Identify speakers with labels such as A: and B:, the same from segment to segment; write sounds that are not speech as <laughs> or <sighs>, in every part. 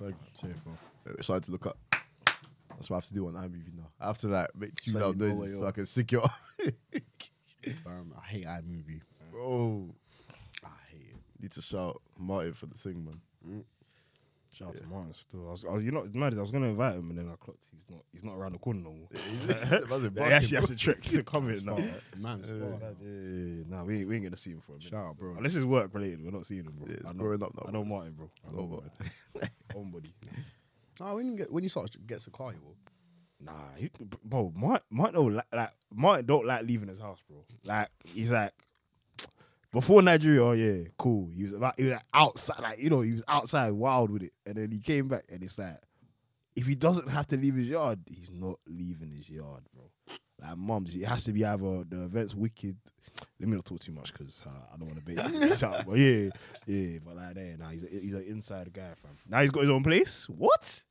A: Ferg, Started to look up. That's what I have to do on IMV now. I have to like make two
B: So
A: loud
B: you know where
A: noises so
B: you're-
A: I can secure.
B: Damn, Um, I hate iMovie.
A: Bro,
B: I hate it.
A: need to shout Martin for the thing, man.
C: Shout out to Martin still. I was, I was, you know, it's mad. I was gonna invite him, and then I clocked he's not. He's not around the corner no more.
A: <laughs> That's a
C: Yeah, he actually has a trick to come in now.
B: Man's
C: Yeah,
B: far.
C: yeah, yeah. Nah, we, ain't- we ain't gonna see him for a minute.
B: Shout out, bro.
C: Unless it's work related, we're not seeing him, bro.
A: Yeah, it's
C: I know,
A: growing up now,
C: I know
A: bro.
C: Martin, bro. I know
A: Oh,
C: Martin. <laughs> Homebody.
B: Nah, when you get when you start gets a car, you will.
C: Nah, he, bro. Martin, Martin don't like, like Martin don't like leaving his house, bro. Like he's like before Nigeria, oh yeah, cool. He was about he was like, outside, like you know, he was outside wild with it, and then he came back, and it's like if he doesn't have to leave his yard, he's not leaving his yard, bro. Like mums, it has to be either the event's wicked. Let me not talk too much because uh, I don't want <laughs> to bait this out. But yeah, yeah, but like there, nah, he's a, he's an inside guy, fam. Now he's got his own place. What?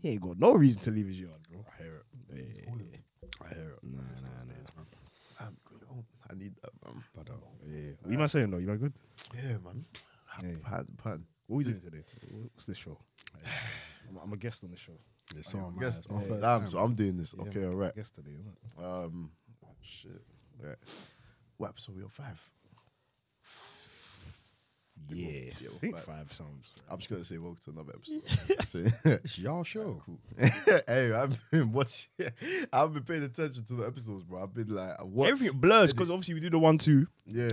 C: He ain't got no reason to leave his yard, bro. Mm. I hear it. Yeah, yeah.
B: I hear it.
C: Nah, nah, nah.
A: I need um, that, man.
B: But uh,
C: Yeah. Ah, What you man saying though? You man good?
A: Yeah, man.
C: Yeah.
A: Pan, pan.
C: What we doing today? What's this show? I'm, I'm a guest on the show.
B: it's so on my
A: Guess,
B: it's my first
A: Damn,
B: time.
A: so I'm doing this.
C: Yeah,
A: okay,
C: man,
A: all right.
C: Guest today, isn't it?
A: Um, shit. All right. What episode we on? Five.
C: Yeah,
A: Yeah, well,
C: I think
A: five.
C: five sounds.
A: I'm just gonna say welcome to another
C: <laughs>
A: episode. So-
B: It's y'all show.
A: <laughs> hey, I've been watching. <laughs> I've been paying attention to the episodes, bro. I've been like, what?
C: Everything blurs because obviously we do the one two.
A: yeah.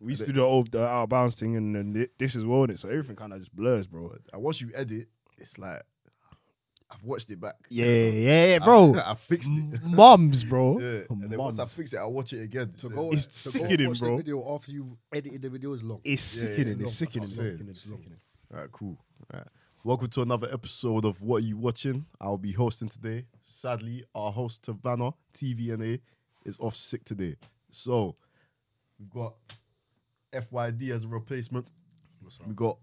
C: We used to do the old the out of bounds thing, and then thi- this is well in it, so everything kind of just blurs, bro.
A: But and once you edit, it's like I've watched it back.
C: Yeah, yeah, yeah, bro.
A: <laughs> I, fixed it.
C: Mums, bro. Oh,
A: yeah. And then once I
C: Mums.
A: fix it, I watch it again.
B: To
A: So-
B: go,
C: It's
B: to go
C: sickening,
B: watch
C: bro.
B: The video after you've edited the video is long.
A: Yeah,
C: It's
A: yeah, it's
C: sickening. It's
A: long, that's what
C: sickening.
A: I'm saying,
C: sickening,
A: it's
C: sickening.
A: All right, cool. All right. Welcome to another episode of What You Watching. I'll be hosting today. Sadly, our host Tavana TVNA is off sick today, so we've got FYD as a replacement. We got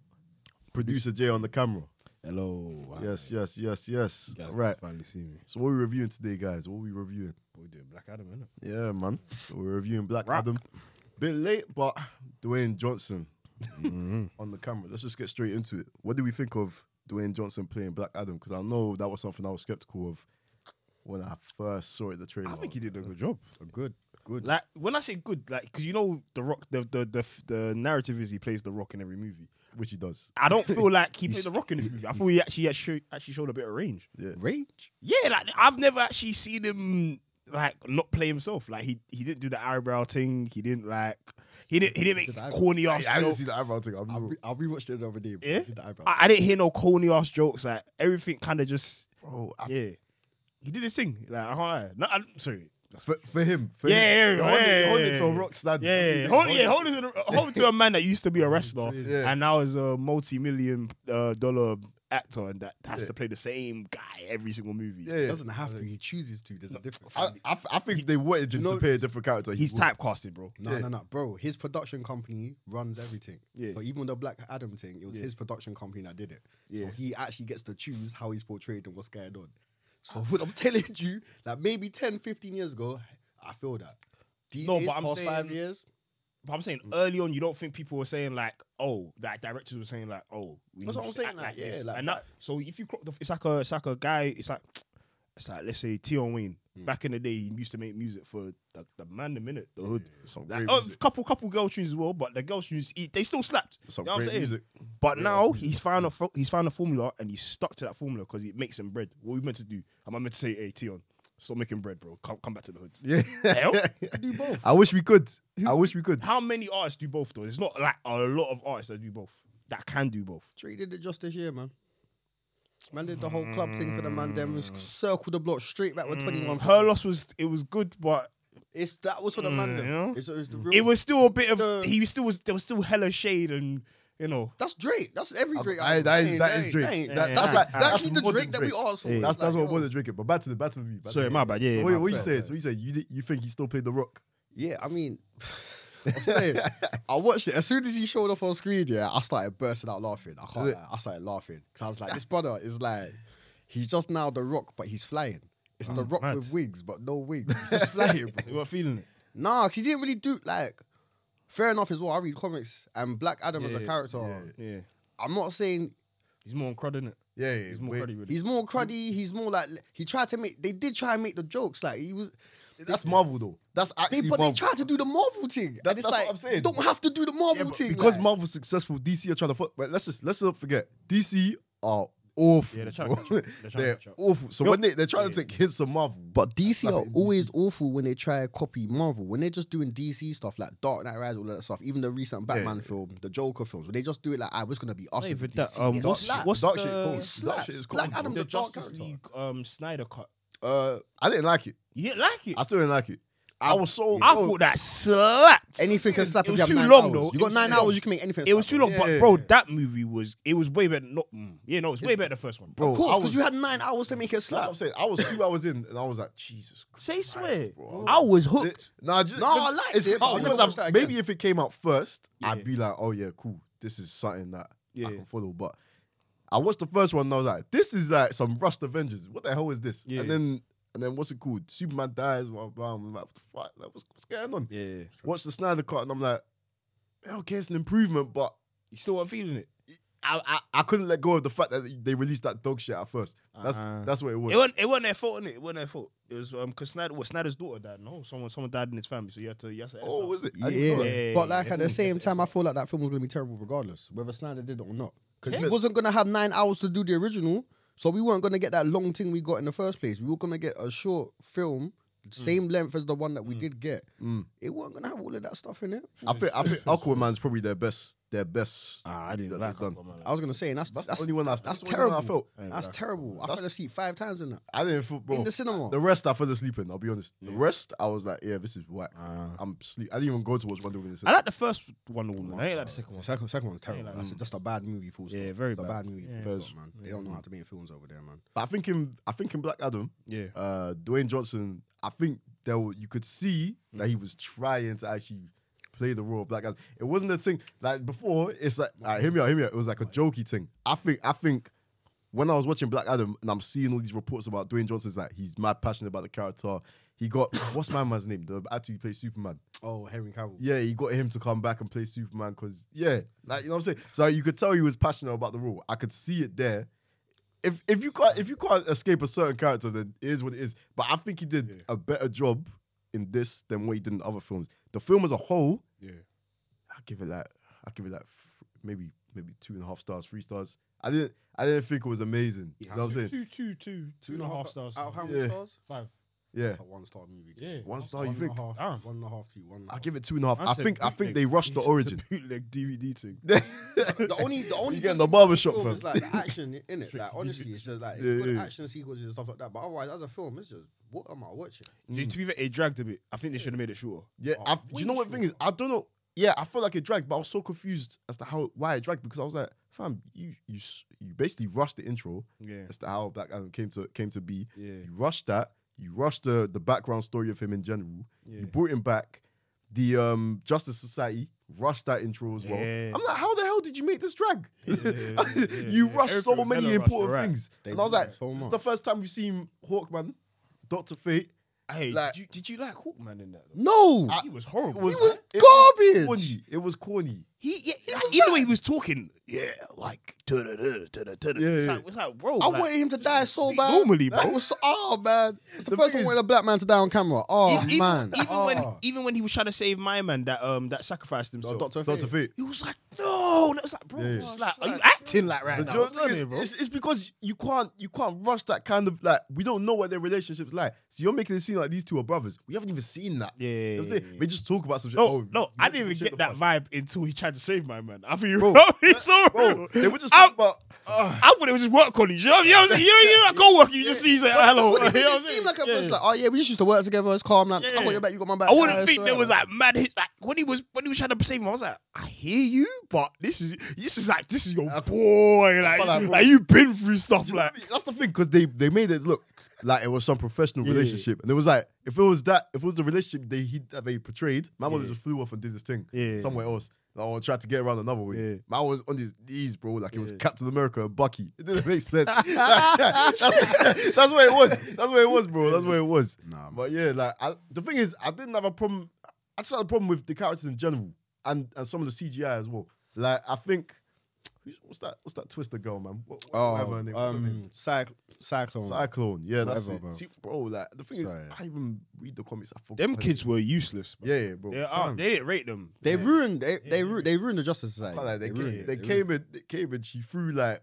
A: producer Jay on the camera.
C: Hello. Wow.
A: Yes, yes, yes, yes.
C: You guys
A: right.
C: can Finally see me.
A: So what are we reviewing today, guys? What are we reviewing?
C: What we doing? Black Adam, innit?
A: Yeah, man. So we're reviewing Black Adam. Bit late, but Dwayne Johnson
C: Mm-hmm.
A: <laughs> on the camera. Let's just get straight into it. What do we think of Dwayne Johnson playing Black Adam? Because I know that was something I was skeptical of when I first saw it. The trailer.
C: I think he did a good job.
B: Good, good.
C: Like when I say good, like because you know the rock, the, the the f- the narrative is he plays the rock in every movie.
A: which he does. <laughs>
C: I don't feel like he played the rock in this movie. I feel he actually had show, actually showed a bit of range.
A: Yeah.
B: Rage.
C: Yeah, like I've never actually seen him like not play himself. Like he he didn't do the eyebrow thing. He didn't like he didn't he didn't
B: Did
C: make
B: I-
C: corny ass.
A: I, I didn't
C: jokes.
A: see the eyebrow thing. I'm
B: I,
A: not-
B: re- I rewatched it the other day. Bro.
C: Yeah?
B: Did the eyebrow.
C: I, I didn't hear no corny ass jokes. Like everything kind of just
A: bro, I-
C: yeah. He did his thing. Like I can't lie. No, I, sorry.
A: for, for him. For
C: Yeah,
A: him.
C: yeah,
A: Hold it-
C: yeah,
A: hold it
C: yeah,
A: to a
C: yeah.
A: rock stand.
C: Yeah, hold, yeah, hold it to, the, hold it to a man that used to be a wrestler
A: Yeah.
C: and now is a multi-million uh, dollar actor and that has
A: Yeah.
C: to play the same guy every single movie.
A: Yeah,
B: He
A: yeah.
B: doesn't have to. He chooses to. There's a difference.
A: I, I, I think if they wanted him
B: You know-
A: to play a different character. he
C: He's
A: would.
C: typecasted, bro.
B: No,
A: Yeah.
B: no, no, bro. His production company runs everything.
C: Yeah.
B: So even the Black Adam thing, it was
C: Yeah.
B: his production company that did it.
C: Yeah.
B: So he actually gets to choose how he's portrayed and what's going on. So <laughs> what I'm telling you, like maybe 10, 15 years ago, I feel that. These
C: No,
B: days,
C: but I'm
B: past five
C: saying-
B: years,
C: But I'm saying
B: Mm.
C: early on, you don't think people were saying like, oh, that directors were saying like, oh, we
B: That's
C: need
B: what I'm
C: to
B: saying,
C: act
B: like, yeah,
C: this.
B: like
C: and that. So if you, clock the, it's like a, it's like a guy, it's like, it's like let's say Tion Wayne.
B: Mm.
C: Back in the day, he used to make music for the, the man, the minute, the hood.
A: Some
C: Like,
A: great
C: oh,
A: music.
C: couple couple girl tunes as well, but the girl tunes he, they still slapped.
A: Some
C: You know what I'm
A: great
C: saying?
A: music.
C: But now he's found a fo- he's found a formula and he's stuck to that formula because it makes him bread. What are we meant to do? Am I meant to say, "Hey, Tion, stop making bread, bro. Come come back to the hood."
A: <laughs> Yeah.
C: Hell?
B: do
A: <laughs>
B: both.
A: I wish we could. I wish we could.
C: How many artists do both though? It's not like a lot of artists that do both that can do both.
B: Dre did it just this year, man. Man did the whole club thing for the man. Then
C: Mm.
B: was circled the block straight back with 21.
C: Her loss was it was good, but
B: It's that was for the man. them.
C: yeah.
B: It's, it's the real,
C: it was still a bit of
B: The-
C: he still was there was still hella shade and you know
B: That's Drake. That's every Drake.
A: I- that is-
B: ain't-
A: that is
B: ain't-
A: Drake.
B: ain't-
A: That-
B: That's
A: that's- that's
B: exactly the
A: modern
B: Drake that we
A: Drake.
B: asked for.
A: That's that's
B: Like,
A: what
B: yo.
A: wasn't drinking. But back to the back to the beat.
C: Sorry, my bad, yeah,
A: Wait,
C: my
A: what you
C: bad.
A: said? So you said you di- you think he still played the rock?
B: Yeah,
A: <laughs>
B: I mean, I'm saying, I watched it as soon as he showed up on screen. Yeah, I started bursting out laughing. I can't.
A: Yeah.
B: Lie. I started laughing because I was like, this brother is like, he's just now the Rock, but he's flying. It's
A: Oh,
B: the Rock
C: mad.
B: with wigs, but no wigs. He's just flying,
A: <laughs>
B: bro.
C: weren't feeling it.
B: Nah, 'cause he didn't really do like. Fair enough as well. I read comics and Black Adam as a
C: Yeah,
B: character.
C: Yeah,
B: I'm not saying
C: he's more on crud in it.
A: Yeah, yeah.
C: He's more
A: wait.
C: cruddy, really.
B: He's more cruddy. He's more like he tried to make. They did try and make the jokes. Like he was.
A: That's Marvel though. That's
B: They,
A: actually
B: but
A: Marvel.
B: they tried to do the Marvel thing.
A: That's-
B: and it's
A: that's what
B: like,
A: I'm saying.
B: You don't have to do the Marvel
A: Yeah, but
B: thing
A: because
B: like.
A: Marvel's successful, DC are trying to fuck. But let's just let's not forget, DC are awful.
C: Yeah, they're trying to
A: <laughs> bro.
C: catch up. They're trying to
A: They're
C: catch up.
A: awful. So
C: Yo-
A: when they they're trying to
C: Yeah.
A: take hits from Marvel,
B: But DC
A: Like
B: are
A: in DC.
B: always awful when they try to copy Marvel. When they're just doing DC stuff like Dark Knight Rises, all that stuff. Even the recent
A: Yeah.
B: Batman film, the Joker films, where they just do it like, "I was gonna be us."
C: Not
B: with
C: even
B: DC.
C: that, um,
B: It
C: what's-
B: slaps.
C: what's
A: Dark
C: the-
A: shit
B: It
A: is cold. Dark
B: slaps.
A: shit is cold.
B: Black Adam,
A: bro.
B: the,
C: the
B: dark
C: Justice
B: character.
C: League um, Snyder cut.
A: Uh, I didn't like it.
C: You didn't like it?
A: I still didn't like it. I was so.
C: I thought that slapped.
B: Anything can slap
C: It
B: if
C: was
B: you have
C: too
B: nine
C: long,
B: hours.
C: though.
B: You
C: It
B: got
C: was
B: nine
C: too long.
B: hours. You can make anything.
C: it was too
B: slap,
C: long,
A: Yeah,
C: but
A: yeah,
C: bro,
A: yeah.
C: that movie was it was way better. Not, mm, yeah, no, it's way better than the first one,
B: bro.
A: bro,
B: Of
A: I
B: course, because
A: was-
B: you had nine hours to make a
A: That's what
B: slap.
A: I'm saying. I was
B: <laughs>
A: two hours in, and I was like, Jesus. Christ,
C: Say swear,
A: bro.
C: I was
A: Th-
C: hooked.
A: Nah, just,
B: No,
A: 'cause
B: I liked
A: it's
B: it, but
A: hard,
B: I'll never
A: because I've-
B: watch that again.
A: maybe if it came out first,
C: Yeah.
A: I'd be like, oh yeah, cool. This is something that
C: Yeah.
A: I can follow. But I watched the first one and I was like, this is like some rushed Avengers. What the hell is this?
C: Yeah.
A: And then and then what's it called? Superman dies. Blah blah. I'm like, what the fuck? Like, what's, what's going on?
C: Yeah,
A: Watch the Snyder cut and I'm like, okay, it's an improvement, but
C: you still weren't feeling it.
A: I, I I couldn't let go of the fact that they released that dog shit at first. That's
C: Uh-huh.
A: that's what it was.
C: It wasn't. It wasn't their fault. Innit? It wasn't their fault. It was um because Snyder, what, Snyder's daughter died. No, someone someone died in his family, so you had to. You had to
A: oh, was it? I didn't
B: Yeah.
A: know that.
C: Yeah,
B: but like
C: yeah,
B: at the
C: everyone
B: same
C: gets
B: time,
C: it.
B: I feel like that film was gonna be terrible regardless, whether Snyder did it or not, because he
A: Yeah.
B: wasn't gonna have nine hours to do the original, so we weren't gonna get that long thing we got in the first place. We were gonna get a short film, same length as the one that we did get.
A: Mm.
B: It weren't gonna have all of that stuff in it.
A: I think I
C: <laughs>
A: think Aquaman's probably their best their best.
C: Ah, I didn't
A: that
C: like
A: they've
C: done.
A: done.
B: I was gonna say, and that's
A: That's,
B: that's
A: the only one I,
B: that's
A: that's the only one I
B: terrible.
A: felt.
B: That's terrible. I
A: That's-
B: fell asleep five times in that
A: I didn't feel bro.
B: in the cinema.
A: The rest I fell asleep in. I'll be honest. The
C: Oh. Yeah.
A: rest I was like, yeah, this is whack.
C: Ah.
A: I'm sleep. I didn't even go to watch Wonder Woman. in the
C: I
A: cinema.
C: like the first one Woman. I ain't like the second one.
B: Second, second one's terrible.
C: Yeah, like-
B: That's just a bad movie. Full stop.
C: Yeah, very
B: It's a
C: bad.
B: bad movie.
C: Yeah.
B: full
A: First-
B: stop, man. They don't know how to make films over there, man.
A: But I think in I think in Black Adam,
C: Yeah.
A: uh, Dwayne Johnson. I think there were, you could see that
C: Mm.
A: he was trying to actually play the role of Black Adam. It wasn't a thing like before. It's like, all right, hear me out, hear me out. It was like a jokey thing. I think I think when I was watching Black Adam and I'm seeing all these reports about Dwayne Johnson's like he's mad passionate about the character. He got <coughs> what's my man's name? The actor who plays Superman.
B: Oh, Henry Cavill.
A: Yeah, he got him to come back and play Superman because yeah, like you know what I'm saying. So you could tell he was passionate about the role. I could see it there. If if you can't if you can't escape a certain character, then it is what it is. But I think he did
C: Yeah.
A: a better job in this than what he did in other films. The film as a whole,
C: Yeah.
A: I give it like I give it like f- maybe maybe two and a half stars, three stars. I didn't I didn't think it was amazing. You know what I'm saying?
C: Two, two, two, two and a half stars.
B: Out of how
A: Yeah.
B: many stars?
C: Five.
A: Yeah,
B: It's a one star movie.
C: Yeah.
A: one star. Ah.
B: One
A: You
B: and a
A: think?
B: half-
C: Damn.
B: one and a half to you. One and a
A: I
B: half.
A: give it two and a half. I
C: That's a
A: think I think
C: bootleg.
A: they rushed the
C: It's a
A: origin.
C: bootleg DVD
A: <laughs>
C: thing.
B: the only the only
A: you get in
B: good
A: the barbershop
B: film is
A: first.
B: like <laughs> the action in it. Like
C: Strictly
B: honestly,
C: different.
B: it's just like it's
A: Yeah,
B: got
A: yeah.
B: action sequences and stuff like that. But otherwise, as a film, it's just what am I watching?
C: Dude, To be fair, it dragged a bit. I think they should have made it shorter.
A: Yeah,
B: Oh,
A: I, do you know
B: way
A: what the thing is? I don't know. Yeah, I felt like it dragged, but I was so confused as to how why it dragged because I was like, fam, you you s- you basically rushed the intro
C: Yeah.
A: as to how Black Adam came to came to be.
C: Yeah.
A: You rushed that. You rushed the the background story of him in general.
C: Yeah.
A: You brought him back. The um Justice Society rushed that intro as well.
C: Yeah.
A: I'm like, how the hell did you make this drag? <laughs>
C: yeah, yeah,
A: you
C: yeah.
A: rushed so
C: Everything was
A: many
C: hella rushed,
A: important
C: you're right.
A: things,
B: They
A: and I was like,
B: rushed so
A: this is
B: much.
A: the first time we've seen Hawkman, Doctor Fate.
C: Hey,
A: Like-
C: did, you, did you like Hawkman in that? Though?
B: No,
C: he was horrible.
A: was-
B: it was
A: it
B: garbage.
A: Corny. It was corny.
C: He, yeah, like,
B: was
C: even the
B: that.
C: way he was talking, yeah, like, da da da da da
A: Yeah,
C: It's
A: yeah.
C: like, it's like, bro,
B: I
C: like,
B: wanted him to die so
C: speak
B: bad.
C: normally, bro.
B: It was so, oh man, it's the,
A: The
B: first
A: thing
B: time I
A: is-
B: wanted a black man to die on camera. Oh
C: even, even-
B: man,
C: even when
B: Oh.
C: even when he was trying to save my man that um that sacrificed himself,
B: Doctor
A: Doctor Fate.
C: he was like, no, and it was like, bro,
A: Yeah, yeah.
C: it's like, are you
B: Like,
C: acting like right
A: The
C: now?
A: joke
C: What's
A: is-
C: happening, bro?
A: it's, it's because you can't you can't rush that kind of like we don't know what their relationships like. So you're making it seem like these two are brothers. We haven't even seen that.
C: Yeah,
A: You know what I'm
C: yeah,
A: saying?
C: yeah.
A: They just talk about some shit.
C: No,
A: oh,
C: no,
A: you went to
C: I didn't
A: some
C: even
A: chick
C: get
A: in
C: that
A: the
C: vibe until he tried to save my man. <laughs> I mean,
A: Bro,
C: bro, he's so
A: past.
C: real.
A: Bro, they were just
C: I'm-
A: talking about ah,
C: I thought it was just work colleagues. You know, you know, what I'm saying? you know, you're not co-working. You just see, he's like,
B: But that's
C: hello.
B: what it <laughs>
C: <laughs> you
B: made
C: know what
B: it
C: I'm
B: seem
C: saying?
B: like at
C: Yeah.
B: first. Like, oh yeah, we just used to work together. It's calm. Like, I
C: Yeah.
B: got your back. You got my back.
C: I wouldn't
B: Yeah,
C: think
B: it's
C: there was
B: alright.
C: like mad hits. Like when he was when he was trying to save him, I was like, I hear you, but this is this is like this is your boy. Like,
A: But, like,
C: like,
A: bro-
C: you've been through stuff.
A: you know what
C: <laughs> Like
A: I mean? that's the thing because they they made it look like it was some professional
C: Yeah.
A: relationship, and it was like if it was that if it was the relationship they he, that they portrayed, my mother
C: Yeah.
A: just flew off and did this thing
C: Yeah.
A: somewhere else. Or tried to get around another way.
C: Yeah.
A: Man was on his knees, bro. Like it was
C: Yeah.
A: Captain America and
B: <laughs>
A: Bucky. It didn't make sense. that's, <laughs> that's what it was. That's what it was, bro. That's what it was.
B: Nah,
A: But yeah, like I, the thing is, I didn't have a problem. I just had a problem with the characters in general and and some of the CGI as well. Like I think who's, what's that? What's that Twister girl, man? What, what, whatever her
B: Oh,
A: name, what's her name?
B: um, cyc- cyclone.
A: Cyclone. Yeah, that's
B: Whatever,
A: it.
B: bro.
A: See, bro, like the thing
B: Sorry.
A: is, I even read the comics. I forgot.
C: Them kids were useless. Bro.
A: Yeah, yeah, bro.
C: They're
A: fam.
C: out. They didn't rate them.
B: they
C: Yeah.
B: ruined. They they,
C: yeah.
B: ru- they ruined the justice society.
A: Like, they,
B: ruined
A: came,
B: it.
A: they
B: ruined
A: came in, they came in, she threw like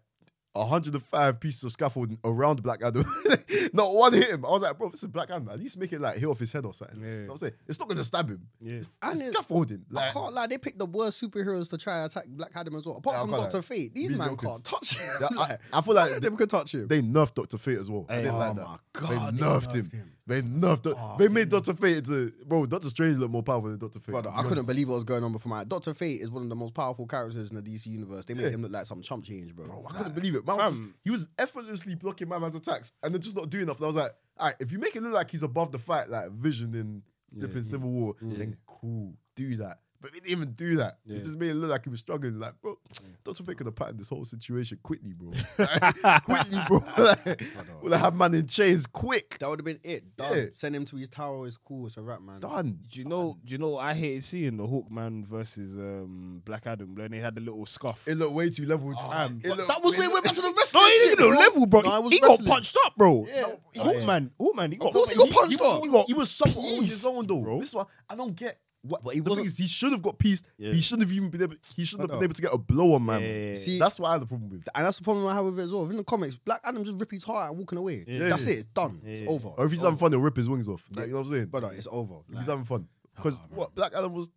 A: 105 pieces of scaffolding around Black Adam. <laughs> Not one hit him. I was like, bro, this is Black Adam. At least make it like hit off his head or something.
C: Yeah.
A: You know what I'm saying? It's not going to stab him.
C: Yeah.
B: And
A: It's
B: it-
A: scaffolding.
B: I
A: Like,
B: can't lie, they picked the worst superheroes to try and attack Black Adam as well. Apart
A: Yeah, I
B: from
A: can't
B: Doctor
A: lie.
B: Fate, these
A: These
B: man
A: jokers.
B: can't touch him. <laughs>
A: Yeah,
B: like,
A: I, I feel like
B: they could touch him. oh
A: they nerfed Dr. Fate as well. I didn't like that. They nerfed, him. They nerfed. Doc-
C: Oh,
A: they made Doctor Fate into bro. Doctor Strange look more powerful than Doctor Fate.
B: Brother,
A: to be
B: I couldn't
A: honest.
B: believe what was going on before my Doctor Fate is one of the most powerful characters in the DC universe. They made
A: Yeah.
B: him look like some chump change, bro.
A: Bro, I
B: Like,
A: couldn't believe it. Man was just-
C: Fam.
A: he was effortlessly blocking my man's attacks and then just not doing enough. And I was like, all right, if you make it look like he's above the fight, like Vision in flipping Civil War, then cool, do that. But they didn't even do that. It
C: Yeah.
A: just made it look like he was struggling. Like, bro, Doctor Fate could have patterned this whole situation quickly, bro. Like, quickly, bro. like, would have had man in chains quick.
B: that would have been it. Done.
A: Yeah.
B: Send him to his tower. It's cool. It's a wrap, man.
A: Done.
C: Do you know? Do you know? I hated seeing the Hawkman versus um, Black Adam when they had the little scuff.
A: It looked way too leveled.
C: fam.
A: It looked
B: That was
A: way-
B: where we went back to <laughs> the
C: No,
B: wrestling.
C: he
B: shit,
C: didn't get
B: bro.
C: no level, bro.
B: No, I
C: He-
B: was
C: he got
B: wrestling.
C: punched up, bro.
B: Yeah.
C: No,
B: Oh,
C: Hawkman, Hawkman, he got.
B: course he got punched
C: he,
B: up.
C: He, got,
A: He was suffering on
C: pieced,
A: his own though.
C: bro.
A: This one, I don't get. What,
B: But he
A: the thing
B: wasn't-
A: is, he should have got pieced.
C: Yeah.
A: He shouldn't have even been able. He shouldn't have
B: Brother.
A: been able to get a blow on man.
C: Yeah.
B: See-
A: that's what I had the problem with.
B: And that's the problem I have with it as well. In the comics, Black Adam just rip his heart out and walking away.
C: Yeah.
B: That's it. It's done.
C: Yeah.
B: It's over.
A: Or if he's
B: Over.
A: having fun, he'll rip his wings off. Like, you know what I'm saying?
B: brother, it's over.
A: If
B: Like,
A: he's having fun. Because
B: Nah, bro.
A: what Black Adam was,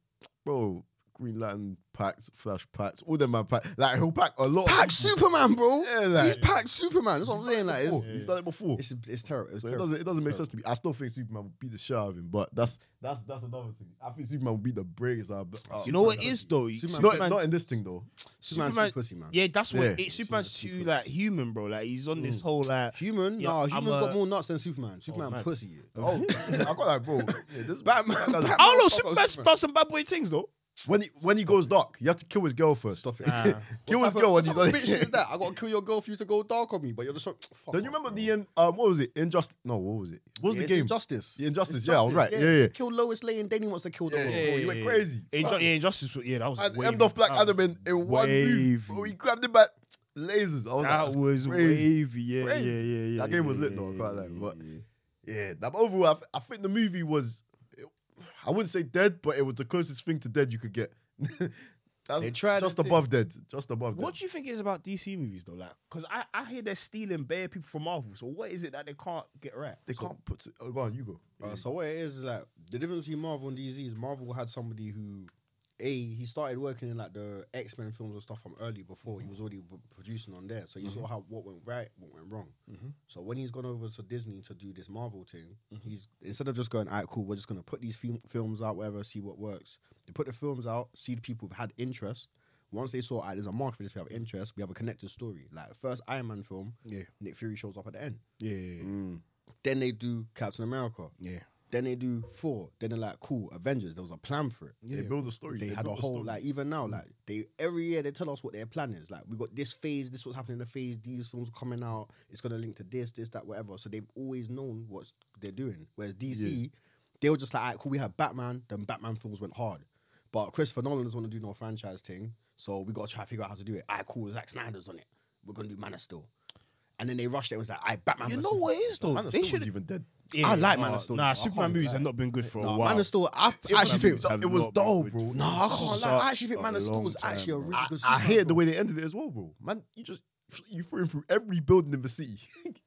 A: bro. Green Lantern packs, Flash packs, all them man packs. Like he'll pack a lot.
B: packed
A: of
B: Superman, bro.
A: Yeah, like-
B: he's packed Superman. That's what I'm saying. Like,
A: people.
B: it's,
A: Before. He's done it before.
B: it's, it's terrible. It's
A: So it
B: terrible.
A: doesn't it doesn't make
B: Sorry.
A: sense to me. I still think Superman would beat the shit out of him, but that's that's that's another thing. I think Superman would beat the brakes out. of- out
C: You
A: of
C: know what
A: Black
C: it is
A: Adam.
C: though.
B: Superman-
A: Not, not in this thing though.
B: Superman's
C: Superman-
B: too pussy, man.
C: Yeah, that's what
A: Yeah. Mm.
C: it, Superman's
B: Superman's
C: too like human, bro. Like he's on this whole like
B: Human?
C: Yeah,
B: nah,
C: I'm
B: human's got
C: a-
B: more nuts than Superman. Superman
C: mad. <laughs>
B: pussy.
A: <laughs> Oh, I got like, bro. Yeah, this
B: Batman-
A: Black Adam- <laughs>
B: Batman-
C: I don't
B: Fuck
C: know.
B: off,
C: Superman's
B: Superman.
C: done some bad boy things though.
A: When he, when he goes dark, you have to kill his girl first.
B: Stop it.
C: Nah.
A: kill
B: What
A: his girl
B: type of-
A: when
B: what
A: he's
B: type
A: on
B: of bitch is that? I gotta kill your girl for you to go dark on me, but you're just like, fuck
A: Don't you
B: off,
A: remember
B: bro.
A: the in, um what was it? Injustice? No, what was it? What was
B: Yeah,
A: the
B: it's
A: game?
B: Injustice.
A: The Injustice. yeah, I was right. Yeah, yeah.
B: He killed Lois Lane, then he wants to kill the
A: Yeah,
B: world.
A: yeah,
B: Bro,
A: yeah.
B: you
A: went crazy.
C: Inju-
A: Fuck.
C: yeah, injustice. was- Yeah, that was.
A: And
C: wavy.
A: end off Black
C: That
A: Adam in, in one move.
C: wavy.
A: Bro, he grabbed him by lasers. I was like,
C: That
A: that's
C: was
A: crazy.
C: wavy. Yeah,
A: Crazy.
C: yeah, yeah, yeah.
A: That game was
C: yeah,
A: lit
C: yeah,
A: though, I
C: yeah,
A: can't lie,
C: yeah,
A: but-
C: yeah.
A: Yeah, that but overall, I, th- I think the movie was, I wouldn't say dead, but it was the closest thing to dead you could <laughs> get. That's
B: They tried
A: just
B: the thing.
A: above dead, just above.
C: What
A: dead.
C: do you think it is about DC movies though? Like, cause I, I hear they're stealing bare people from Marvel. So what is it that they can't get right?
A: They
C: So-
A: can't put. Oh, go on, you go.
B: Uh, so what it is is like the difference between Marvel and DC is Marvel had somebody who, a he started working in like the X Men films and stuff from early before he was already b- producing on there. So you saw how what went right, what went wrong. So when he's gone over to Disney to do this Marvel thing, he's instead of just going, "Alright, cool, we're just gonna put these film, films out, whatever, see what works." They put the films out, see the people who've had interest. Once they saw, "Alright, there's a market for this, we have interest, we have a connected story." Like the first Iron Man film,
C: Yeah.
B: Nick Fury shows up at the end.
C: Yeah, yeah,
B: Then they do Captain America.
C: yeah.
B: Then they do four. Then they're like, cool, Avengers. There was a plan for it.
A: They build a story.
B: They, had a
A: build
B: whole
A: story.
B: like even
C: Hmm.
B: now like they every year they tell us what their plan is. Like we got this phase, this what's happening in the phase, these films coming out. It's gonna link to this, this, that, whatever. So they've always known what they're doing. Whereas DC, they were just like, alright, cool, we have Batman. Then Batman films went hard, but Christopher Nolan doesn't want to do no franchise thing, so we gotta try to figure out how to do it. Alright, cool, Zack Snyder's on it. We're gonna do Man of Steel, and then they rushed it. It was like, alright, Batman.
C: You
B: versus
C: know what it is though?
A: Man of
C: they
A: Steel was
C: should.
A: even dead.
C: Yeah,
B: I like Man
A: Oh,
C: nah,
B: of Steel, though. I
C: Nah,
B: can't
C: Superman movies
B: lie.
C: have not been good for a
B: No,
C: while.
B: Man of Steel. I, I actually
C: Superman
B: think
C: movies have
A: it was
C: not been
A: dull,
C: good
A: bro.
C: for-
B: No, I can't lie. I actually think
C: Such
B: Man of
C: a
B: Steel was
C: long
B: actually a
C: time,
B: really
C: bro.
A: I,
B: good.
A: I
B: Superman
A: hate the
B: film.
A: way they ended it as well, bro. Man, you just <laughs> you threw him through every building in the city, <laughs>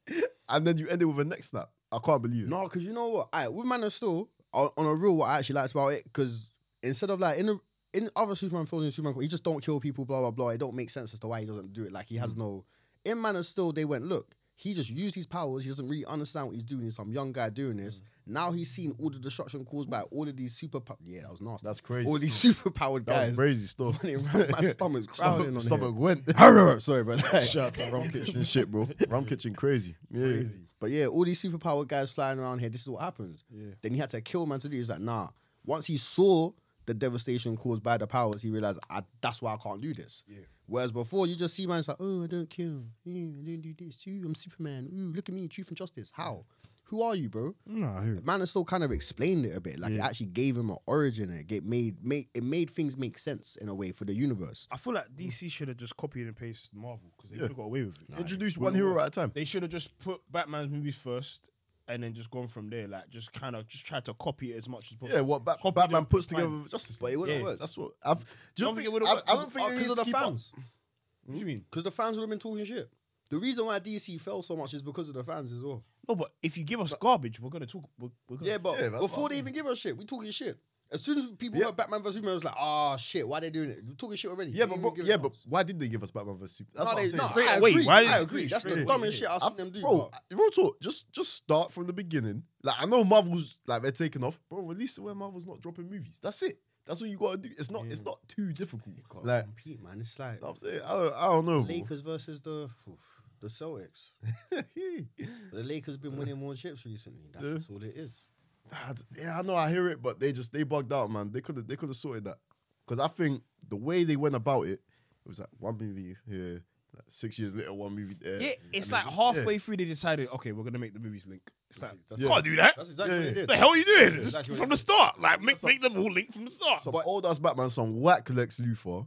A: and then you ended with a neck snap. I can't believe it.
B: No, because you know what? I with Man of Steel on on a real, what I actually liked about it, because instead of like in the, in other Superman films in Superman, he just don't kill people, blah blah blah. It don't make sense as to why he doesn't do it. Like he has
A: Mm.
B: no. In Man of Steel, they went look. He just used his powers. He doesn't really understand what he's doing. He's some young guy doing
A: Mm.
B: this. Now he's seen all the destruction caused by all of these super. yeah, that was nasty.
A: That's crazy.
B: All these <laughs> superpowered
A: that was
B: guys.
A: crazy stuff.
B: running
A: <laughs>
B: around. My stomach's crowding on
A: stomach, stomach went.
B: <laughs> here. Sorry, but like,
A: Shout out to Rum Kitchen shit, bro. Rum Kitchen crazy. Yeah.
B: But yeah, all these superpower guys flying around here, this is what happens.
C: Yeah.
B: Then he had to kill man to do. He's like, nah. Once he saw the devastation caused by the powers, he realized I, that's why I can't do this.
C: Yeah.
B: Whereas before, you just see man's like, oh, I don't kill. Ooh, I don't do this. Ooh, I'm Superman. Ooh, look at me, truth and justice. How? who are you, bro?
D: Nah, who?
B: Man has still kind of explained it a bit. Like it
D: Yeah.
B: actually gave him an origin. and It get made, made it made things make sense in a way for the universe.
C: I feel like DC should have just copied and pasted Marvel because they
A: Mm. Yeah.
C: could have got away with it.
A: Introduce one hero at a time.
C: They should have just put Batman's movies first and then just gone from there. Like just kind of just tried to copy it as much as possible.
A: Yeah, what Bat-
C: Copy
A: Batman
C: them,
A: puts
C: fine.
A: together with Justice.
B: But it wouldn't
C: Yeah.
B: work.
A: That's what I've. Do you
C: Don't
A: think
C: think it would've
A: I,
C: worked
A: I don't think it
B: because
A: needs
B: uh, of
A: to
B: the
A: keep up.
B: fans.
C: What do you mean?
B: Because the fans would have been talking shit. The reason why DC fell so much is because of the fans as well.
C: No, but if you give us garbage, we're gonna talk. We're, we're gonna
B: Yeah,
A: Yeah,
B: but
A: that's what I
B: before they
A: mean.
B: even give us shit, we talking shit. As soon as people
A: Yeah.
B: heard Batman vs Superman, it was like, ah, shit, why they doing it? You talking shit already.
A: Yeah,
B: You
A: but,
B: didn't
A: but
B: even give
A: yeah,
B: it
A: but
B: us.
A: why did they give us Batman vs Superman? That's
B: no,
A: what I'm
B: they,
A: saying.
B: no,
A: Straight
B: I
A: away.
C: away,
B: agree.
C: why did
B: I
C: they
B: agree.
C: do
B: That's the
C: straight
B: dumbest shit I've
A: I've-
B: seen them do.
A: bro.
B: but-
A: Real talk, just just start from the beginning. Like I know Marvel's like they're taking off, bro. Release it where Marvel's not dropping movies. That's it. That's what you gotta do. It's not it's not too difficult. Like
B: compete, man. It's like
A: I'm saying, I don't, I don't know. bro. <laughs>
B: Lakers versus the oof, the Celtics. The Lakers been winning more chips recently. That's
A: Yeah.
B: just all it is.
A: I d- yeah, I know. I hear it, but they just they bugged out, man. They could have they could have sorted that because I think the way they went about it, it was like one movie here, like six years later, one movie there.
C: Yeah, it's
A: And they
C: like
A: just-
C: halfway through they decided, okay, we're gonna make the movies link. It's like
B: That's-
A: Yeah.
C: can't do that.
B: That's exactly
A: Yeah,
B: what
A: yeah.
B: it did.
C: the hell are you doing?
B: That's
C: Just
B: exactly what
C: from
B: it
C: the start, like make
A: That's
C: make them all link from the start.
A: Some old ass Batman, some whack Lex Luthor,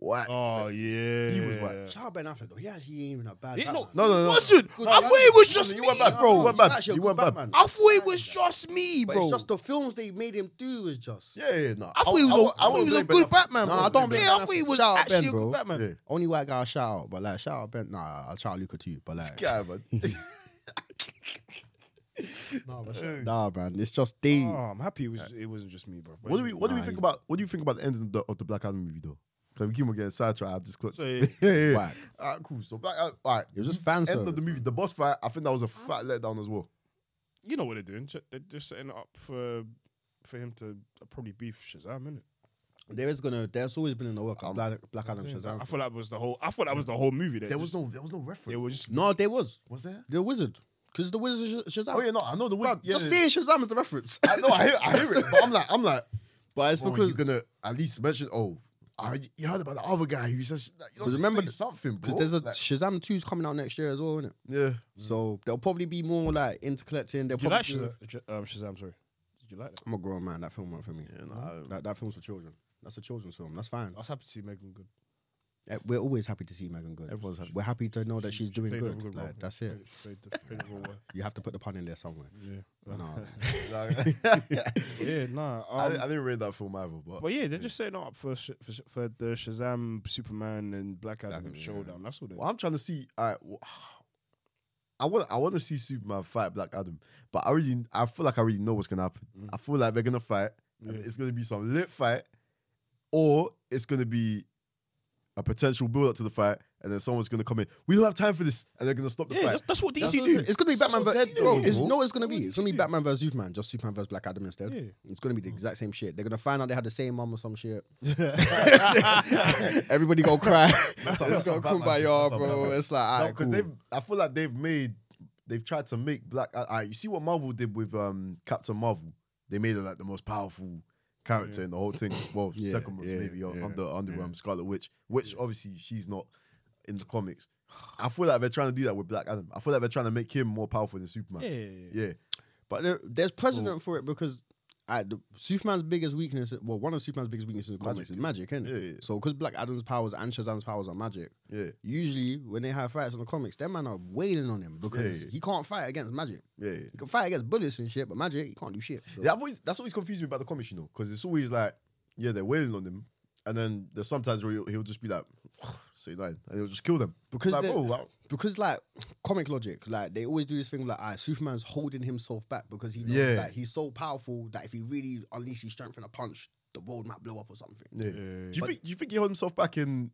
A: whack.
C: oh yeah,
A: He was white.
B: Shout out Ben Affleck though. Yeah, he ain't even a bad.
C: Yeah, no,
B: Batman.
A: No, no, no.
C: Wasn't.
B: Good
C: I
B: Batman.
C: thought it was
B: No,
C: just
A: no,
C: me.
A: you went back, bro. You went
B: he's
A: back.
B: actually a
A: You
B: good
A: went back.
B: Batman.
C: I thought it was just me,
B: But
C: bro.
B: it's just the films they made him do is just.
A: Yeah, yeah, no.
C: I thought he was a- I thought he was a good Batman.
B: No,
C: bro.
B: I don't blame
C: Yeah, I
B: Ben
C: thought he
B: Affleck.
C: was
B: Shout out
C: actually
B: Ben,
C: a good
B: bro.
C: Batman.
A: Yeah.
B: Only white guy I shout out, but like shout out Ben. Nah, I'll shout out Luca too, but like
A: Yeah, man.
B: nah, but shout- nah, man. It's just they.
C: Oh, I'm happy it was it wasn't just me, bro.
A: what do we What do we
B: Nah,
A: think
B: he's-
A: about What do you think about the ending of the, of the Black Adam movie though? Because we keep on getting sidetracked. I just clutch. <laughs>
C: So,
A: yeah,
C: yeah.
A: yeah.
B: Whack.
A: All right, cool. So Black Adam. All right.
B: It was just fan
A: End of
B: service,
A: the movie, the boss fight. I think that was a fat letdown as well.
C: You know what they're doing? Ju- They're just setting it up for for him to probably beef Shazam, innit?
B: There is gonna. There's always been in the work.
A: Um,
B: Black, Black Adam Shazam.
C: I thought that was the whole. I thought that was the whole movie.
A: There was no There was no reference.
C: It was just
B: No, there was.
A: Was there?
B: The Wizard. Because the Wizard is Sh- Shazam.
A: Oh yeah, no. I know the
B: Bruh,
A: wizard. Yeah,
B: just
A: yeah.
B: seeing Shazam is the reference.
A: I know. I hear. I hear it. But I'm like. I'm like.
B: <laughs> but it's
A: Well,
B: because
A: you're gonna at least mention. Oh, I, you heard about the other guy who says. You know,
B: remember
A: remember
B: the-
A: something, bro.
B: because there's a
A: Like,
B: Shazam 2's coming out next year as well, isn't it?
A: yeah. Mm.
B: So there'll probably be more like intercollecting. They'll
C: Did you
B: probably
C: like
B: do-
C: Shazam? Sh- Um, Shazam, sorry. Did you like that?
B: I'm a grown man. That film weren't for me.
A: Yeah, no, I-
B: that, that film's for children. That's a children's film. That's fine.
C: I was happy to see Megan Good.
B: Eh, We're always happy to see Megan Good.
A: Everyone's happy.
B: We're happy to know that she's doing
C: Played a
B: good.
C: role.
B: Like, that's it.
C: Played- Played the, played the
A: <laughs>
C: role well.
B: You have to put the pun in there somewhere.
C: Yeah.
B: No.
A: <laughs>
C: yeah, nah.
A: I,
C: Um,
A: didn't- I didn't read that film either, but
C: but yeah, they're just setting it up for, sh- for, sh- for the Shazam, Superman, and Black Adam
B: Adam, yeah.
C: showdown. That's all they.
A: Well, I'm trying to see. I, <sighs> I want. I want to see Superman fight Black Adam, but I already. I feel like I already know what's gonna happen. I feel like they're gonna fight. and
C: Mm. Yeah.
A: It's gonna be some lit fight, or it's gonna be a potential build up to the fight, and then someone's gonna come in. We don't have time for this, and they're gonna stop the
C: Yeah,
A: fight.
C: that's, that's what DC
B: That's what-
C: do.
B: It's gonna be
A: So
B: Batman. versus
A: dead,
B: bro,
A: though,
B: it's,
A: bro.
B: no, it's gonna be.
C: would
B: It's
C: you
B: gonna be
C: do?
B: Batman versus Superman. Just Superman versus Black Adam instead.
C: Yeah.
B: It's gonna be the exact same shit. They're gonna find out they had the same mum or some shit. <laughs> Everybody gonna cry.
A: That's
B: <laughs> it's
A: how
B: gonna come
A: Batman
B: by
A: is,
B: y'all,
A: that's how
B: bro.
A: Batman
B: It's like,
A: No,
B: alright,
A: 'cause
B: cool.
A: they've. I feel like they've made. They've tried to make Black. Uh, you see what Marvel did with um, Captain Marvel. They made her like the most powerful character in the whole
B: <coughs>
A: thing. Well,
B: Yeah,
A: second one
B: yeah,
A: maybe uh
B: yeah,
A: under under um, Scarlet Witch, which obviously she's not in the comics. I feel like they're trying to do that with Black Adam. I feel like they're trying to make him more powerful than Superman.
C: yeah,
A: Yeah,
B: But there, there's precedent for it because uh, the, Superman's biggest weakness, well, one of Superman's biggest weaknesses in the comics is magic, isn't it?
A: Yeah, yeah.
B: So because Black Adam's powers and Shazam's powers are magic,
A: yeah,
B: usually when they have fights in the comics, their man are wailing on him because
A: Yeah, yeah.
B: he can't fight against magic.
A: yeah. yeah.
B: He can fight against bullets and shit, but magic he can't do shit. So-
A: Yeah, I've always, that's always confused me about the comics, you know, because it's always like, yeah, they're wailing on him, and then there's sometimes where he'll, he'll just be like, <sighs> say nine, and he'll just kill them
B: Because
A: like,
B: they're-
A: bro, wow.
B: because like comic logic, like they always do this thing like ah, Superman's holding himself back because he knows
A: Yeah.
B: like he's so powerful that if he really unleashes his strength in a punch, the world might blow up or something.
A: Yeah. Do you
B: But-
A: think do you think he held himself back in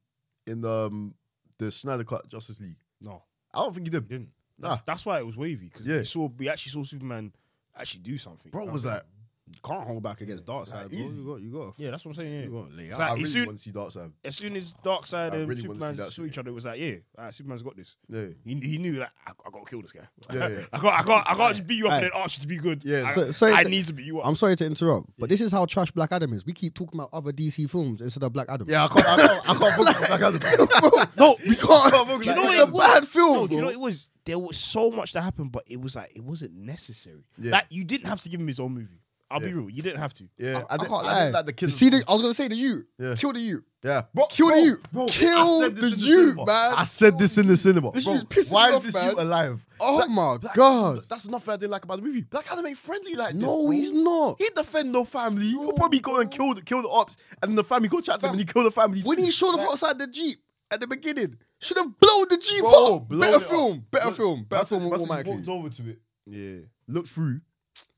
A: in um the Snyder Cut Justice League?
C: No,
A: I don't think he
C: he
A: did.
C: didn't.
A: Nah.
C: That's why it was wavy because
A: Yeah.
C: we saw we actually saw Superman actually do something.
A: Bro was
C: Okay.
A: like,
B: You can't hold back against Dark Side, bro.
A: easy.
B: You got, you got,
C: Yeah, that's what I'm saying.
B: you
C: Yeah.
B: got to lay out.
C: like,
A: I
C: it's
A: really
C: soon-
A: want to see Dark Side.
C: As soon as Dark Side
A: I really
C: and
A: wanna see
C: Superman
A: that
C: saw
A: shit.
C: each other, it was like, yeah, all right, Superman's got this.
A: Yeah.
C: He, he knew like I, I gotta kill this guy.
A: Yeah, yeah.
C: <laughs> I got I got I can't just beat you up
B: Aye.
C: and then ask you to be good.
A: Yeah,
C: I,
B: so- so
C: I
B: it's-
C: need to beat you up.
B: I'm sorry to interrupt, but this is how trash Black Adam is. We keep talking about other DC films instead of Black Adam.
A: Yeah, I can't. I can't. I can't focus like Adam.
C: no,
B: we can't.
A: Do you
C: know
B: It's
C: what
B: a
C: it
B: bad film,
C: No, do you
B: bro.
C: know it was? There was so much that happened, but it was like it wasn't necessary.
A: Yeah.
C: Like you didn't have to give him his own movie. I'll be
A: Yeah.
C: real, you didn't have to.
A: <laughs> Yeah,
B: I,
A: didn't-
B: can't
A: I
B: lie.
A: didn't like the kids.
B: See, the, I was gonna say the you.
A: Yeah.
B: Kill the you.
A: yeah, bro,
B: Kill
A: bro,
B: the you.
A: bro, I
B: Kill
A: said this
B: the
A: in
B: you,
A: cinema.
B: man.
A: I said this in the cinema.
B: This
A: bro.
B: shit's pissing
A: Why
B: me off,
A: is this
B: man.
A: you alive?
B: Oh
A: Black-
B: my
A: Black-
B: god.
A: That's another thing I didn't like about the movie. Black Adam ain't friendly like this.
B: No,
A: bro.
B: he's not.
A: He defend no family. He'll probably go and kill the, kill the ops, and then the family go chat to him, and he kill the family.
B: When he
A: too.
B: showed him outside the jeep at the beginning, should have blown the jeep
A: Bro,
B: up.
A: blown
B: Better
A: it up.
B: film. Better
A: Russell-
B: film. Better
A: Russell-
B: film
A: Russell
B: automatically.
A: walked over to it,
C: Yeah.
A: looked through,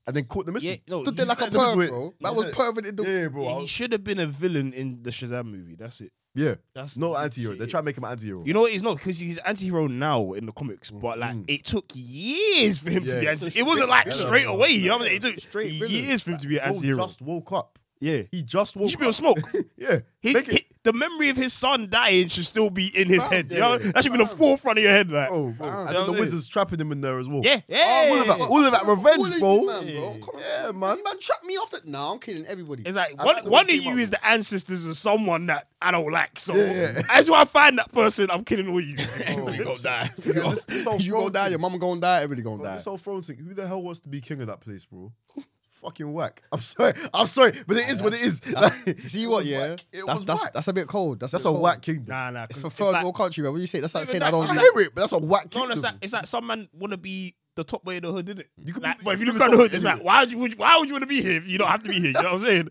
A: and then caught the missile.
C: Yeah, no,
B: Stood there
C: he-
B: like a
A: That was
B: perv,
A: weird.
B: bro. That was
A: Yeah.
B: pervert in the.
A: yeah, bro. I
C: He
A: was-
C: should have been a villain in the Shazam movie. That's it.
A: yeah,
C: That's
A: no
C: legit
A: anti-hero. They're
C: it.
A: trying to make him an anti-hero.
C: You know what? He's not because he's anti-hero now in the comics, but like it took years for him to
A: Mm. Yeah.
C: be anti. It wasn't like straight away. You know what I'm saying? It took
B: Straight villain.
C: years for him to be an
A: Bro
C: anti-hero.
A: just woke up.
C: yeah,
A: He just woke.
C: he should be on
A: up. <laughs>
C: smoke.
A: Yeah,
C: He-
A: Make it-
C: he- the memory of his son dying should still be in his
B: Fam,
C: head. You
B: yeah,
C: know?
B: yeah,
C: That should be in the
B: fam.
C: forefront of your head. Like,
A: Oh, bro.
B: Wow.
A: And then the
C: Yeah.
A: wizard's trapping him in there as well.
C: yeah, yeah.
A: all of that- all of that
B: All
A: revenge,
B: of you,
A: bro.
B: man, bro. Come on,
A: Yeah,
B: man.
A: man.
B: You man trapped me off that. Nah, I'm kidding everybody.
C: It's like
A: I
C: one,
A: like the way
C: one of
A: it came
C: you
A: out.
C: is the ancestors of someone that I don't like. So
A: Yeah, yeah.
C: as I find that person, I'm
A: <laughs>
C: killing all you.
A: You gonna
C: <laughs> die.
A: Yeah, this- this whole
B: <laughs> you gonna
A: throne
B: die.
A: thing.
B: Your mum gonna die. Everybody gonna
A: Bro,
B: die.
A: This whole throne thing. Who the hell wants to be king of that place, bro? <laughs> Fucking whack. I'm sorry. I'm sorry, but it is what it is. <laughs> Like,
B: <laughs> See
A: it
B: what?
A: was
B: Yeah,
A: whack. It
B: that's
A: was
B: that's
A: whack.
B: that's a bit cold. That's
A: That's
B: bit
A: a
B: cold.
A: whack kingdom.
C: Nah, nah. 'cause
B: It's for third
C: like-
B: world country, bro. What do you say? That's like
C: Even
B: saying
C: that-
B: I don't.
A: I
C: That's-
B: do-
A: hear it, but that's a whack
C: No,
A: kingdom.
C: that's like, it's like some man want to be the top boy in the hood, isn't it?
A: You could
C: Like,
A: be-
C: but if
A: you
C: you
A: could be
C: look around
A: the
C: the
A: top
C: hood, it's
A: boy,
C: like, why would you, would you- why would you want to be here if you don't have to be here? You know what I'm <laughs> saying?
A: <laughs>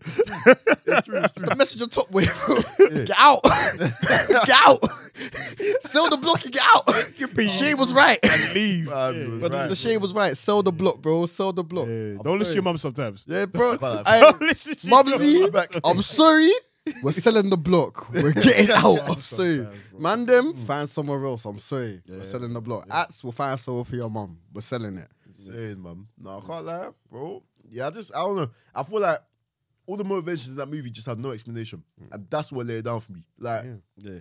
B: <laughs> It's the message on top wave. Get out. get out. Sell the block and get out.
A: <laughs>
B: Shade was right. <laughs>
C: Leave.
A: Fam, you was
B: But
A: right,
B: the shade
A: bro.
B: was right. Sell the block, bro. Sell the block.
C: Yeah, don't listen to your mum sometimes.
B: Yeah, bro.
A: But <laughs>
B: Aye,
C: <laughs> Don't listen to your mum.
B: Mumsy, I'm sorry. We're selling the block. <laughs> We're getting out. I'm sorry. Man, them, find somewhere else. I'm sorry. We're selling the block. Ats, we'll find somewhere for your mum. We're selling it.
A: Insane, man.
B: Mm.
A: No, I can't lie, bro. Yeah, I just I don't know. I feel like all the motivations in that movie just had no explanation, and that's what laid it down for me. Like,
B: Mm. Yeah.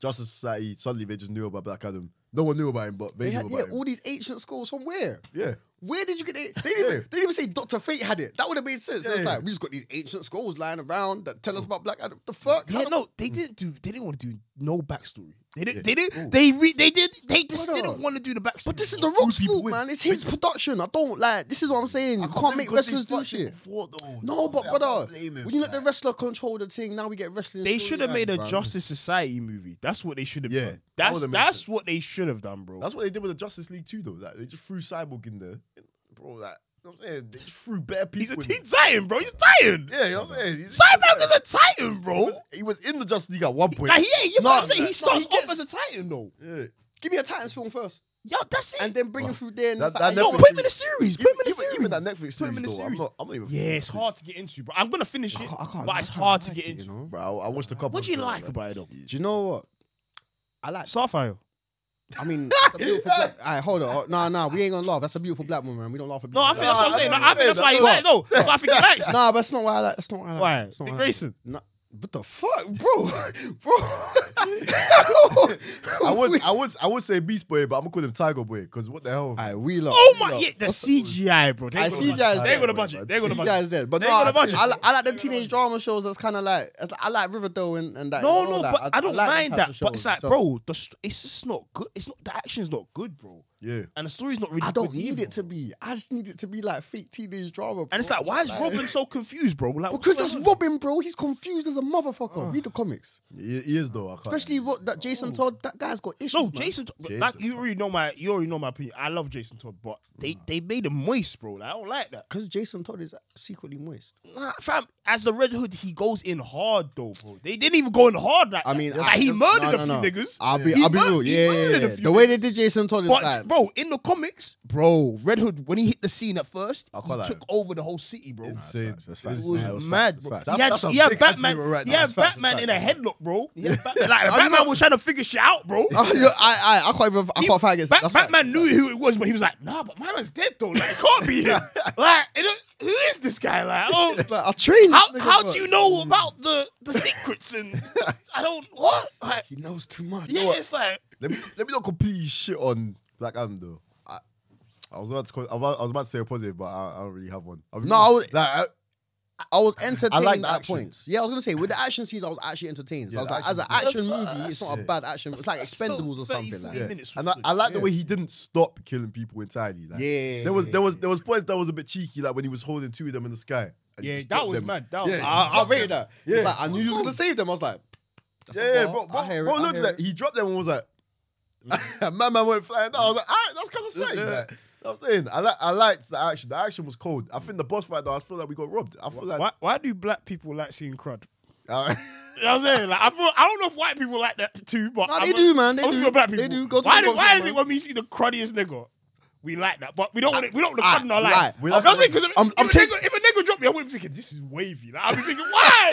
A: Justice Society suddenly they just knew about Black Adam. No one knew about him, but they,
B: They
A: knew
B: had,
A: about
B: yeah,
A: him.
B: all these ancient schools from where?
A: yeah,
B: Where did you get it? They didn't, even,
A: Yeah.
B: they didn't even say Dr. Fate had it. That would have made sense. It was
A: Yeah.
B: like, we just got these ancient scrolls lying around that tell us about Black Adam. The fuck?
C: Yeah,
B: How the-
C: no, they didn't do. They didn't want to do no backstory. They didn't.
A: Yeah.
C: They didn't. They re, they did. They just
B: Brother.
C: didn't want to do the backstory.
B: But this is The Rock's
A: Two people
B: fault,
A: win.
B: man. It's his production. I don't like. This is what I'm saying. You can't make wrestlers do shit. No, but brother, when you let the wrestler control the thing, now we get wrestling.
C: They should have made a
B: storylines, man.
C: Justice Society movie. That's what they should have
A: Yeah,
C: done.
A: that
C: That's
A: would've made
C: that's
A: sense.
C: what they should have done, bro.
A: That's what they did with the Justice League too, though. Like they just threw Cyborg in there, bro. Like you know what I'm saying, they just threw better people.
C: He's a
A: in
C: teen
A: there.
C: titan, bro. He's a titan.
A: Yeah, you know what I'm saying. He's-
C: Cyborg is a titan,
A: he
C: bro.
A: was, he was in the Justice League at one point.
C: Like he, yeah, you know what I'm
A: No,
C: saying?
A: no,
C: He starts
B: he
C: off as a titan, though.
A: yeah.
B: Give me a Titans film first,
C: Yo, that's it.
B: and then bring him through there. And
A: That-
B: it's like,
A: that
B: yo,
C: no,
A: Netflix
C: put him in a series. Put him in a
A: Even,
C: series.
A: even that Netflix
C: Put him
A: series,
C: in a
A: though, I'm
C: series.
A: not, I'm not even.
C: Yeah, it's hard to get into, bro. I'm gonna finish it,
B: I can't
C: but
B: lie,
C: it's
B: I
C: hard to
B: like
C: get
B: it, you
C: into.
B: know?
A: bro. I, I watched a couple.
C: What do you
A: of-
C: like about it, though?
B: Do you know what? I like.
C: Starfire.
B: I <laughs> mean, that's a beautiful black. All right, hold on. oh, Nah, nah, we ain't gonna laugh. That's a beautiful black woman, man. We don't laugh at.
C: No, I think
B: beautiful
C: that's what
A: Nah,
C: I'm saying.
A: I
C: I think that's why he likes. No, that's why I think he likes.
B: black- Nah, but that's not why I like. That's not why. I like.
C: Why?
B: That's not why
C: Dick
B: I like.
C: Grayson.
B: Nah, what the fuck, <laughs>
C: <laughs>
B: bro, bro.
A: I would, I would, I would say Beast Boy, but I'm gonna call him Tiger Boy because what the hell?
B: I we love.
C: Oh my, yeah, the CGI, bro.
B: I
C: They
B: see guys
C: They
B: there,
C: got a
A: bro,
C: budget.
A: but
C: They got a
B: You
C: budget.
B: guys there, but
C: They
B: no,
C: got
B: I,
C: a budget.
B: I, li- I like them teenage drama shows. That's kind of like, it's like I like Riverdale and, and that.
C: No,
B: and all
C: no,
B: that.
C: but I, don't
B: like them
C: mind
B: types of
C: that. But
B: shows.
C: it's like,
B: Just-
C: bro, the st- it's just not good. It's not the action's not good, bro,
A: yeah,
C: and the story's not really.
B: I don't
C: good
B: need
C: either.
B: it to be. I just need it to be like fake teenage drama. Bro.
C: And it's like, why is Robin so confused, bro? Like, Ah. what's
B: Because
C: going
B: that's
C: on?
B: Robin, bro. He's confused as a motherfucker. Read the comics,
A: he, he is though. I can't.
B: especially what that Jason Todd. That guy's got issues.
C: Oh. No,
B: man.
C: Jason. Todd-
A: Jason
C: like, you already know my, you already know my opinion. I love Jason Todd, but they they made him moist, bro. Like, I don't like that.
B: Because Jason Todd is secretly moist.
C: Nah, fam, as the Red Hood, he goes in hard though, bro. They didn't even go in hard like
B: I mean,
C: that.
B: I-
C: like, he
B: no,
C: murdered
B: no,
C: a
B: no.
C: few niggas.
B: I'll be,
C: He
B: I'll be
C: mur-
B: real.
C: he
B: Yeah,
C: murdered
B: yeah,
C: a
B: yeah.
C: few
B: The way they did Jason Todd is
C: But
B: like,
C: bro, in the comics, bro, Red Hood when he hit the scene at first,
A: I
C: he
A: can't lie.
C: took over the whole city, bro.
A: Insane.
B: facts, that's
A: It
B: facts.
C: It
A: is-
C: was
A: yeah, it
C: mad,
A: facts,
C: bro.
A: it's
C: he
A: facts.
C: had,
A: That's-
C: he
A: that's a
C: had
A: big
C: Batman,
A: achievement right
C: he
A: now.
C: had
A: It's facts, it's
C: Batman in a
A: facts.
C: headlock, bro. He had Batman, like,
B: you
C: Batman
B: know-
C: was trying to figure shit out, bro.
B: <laughs> I, I, I can't even. I
C: He-
B: can't fight against
C: Bat-
B: that. That's
C: Batman
B: facts.
C: knew who it was, but he was like, "Nah, but my man's dead though. Like, it can't be him. like, it don't- who is this guy? Like, I don't,
B: Like, I trained.
C: how
B: this nigga,
C: how
B: bro.
C: do you know about the the secrets and I don't what? Like,
E: He knows too much.
C: yeah, it's like
A: Let me let me not completely shit on Black Adam though. I, I was about to call, I was I was about to say a positive, but I, I don't really have one. I really-
B: No, I was-
A: like, I-
B: I was entertained
A: I like the
B: at
A: action.
B: points. Yeah, I was gonna say with the action scenes, I was actually entertained. So
A: Yeah,
B: I was
A: the
B: like, as an
A: action
B: action
A: scenes.
B: movie, it's not a
A: Yeah.
B: bad action. It's like Expendables
F: 30,
B: or something like.
F: 40
A: yeah.
F: minutes
A: and I,
F: was good.
A: I like the
B: Yeah.
A: way he didn't stop killing people entirely. Like,
E: Yeah.
A: there was
E: yeah,
A: there was
E: yeah.
A: there was points that was a bit cheeky, like when he was holding two of them in the sky. and he
F: Yeah,
A: just
F: that
A: dropped
F: was
A: them.
F: mad. That was
A: Yeah,
F: mad.
B: I, I rated that. It's
A: Yeah.
B: like, I knew you was gonna save them. I was like, that's a
A: Yeah, yeah,
B: bar.
A: bro. bro,
B: I hear it,
A: bro
B: I
A: looked at
B: hear
A: that.
B: it.
A: He dropped them and was like,
F: Mm.
A: <laughs> "Man, man went flying." Down. I was like, "All right, that's kind of sick." <laughs>
B: Yeah.
A: Like, I'm saying, I like, I liked the action. The action was cold. I think the boss fight though, I feel like we got robbed. I feel like <laughs>
F: Why, why do black people like seeing crud?
A: Uh,
F: You know what I'm saying? Like, I, feel, I don't know if white people like that too, but
B: Nah,
F: I'm
B: they
F: a-
B: do, man. They
F: I'm
B: do.
F: for black
B: They
F: people.
B: do. Go to
F: why
B: the
F: do,
B: box,
F: why is
B: man.
F: it when we see the cruddiest nigga, we like that, but we don't want it, we don't want the
B: Ah,
F: crud in our
B: right.
F: lives.
A: We
F: Right.
A: like-
F: I'm saying because if,
B: I'm-
F: if,
B: I'm
F: a
B: taking-
F: nigga- if a nigga dropped me, I wouldn't be thinking this is wavy. Like, I'd be thinking
B: <laughs>
F: why,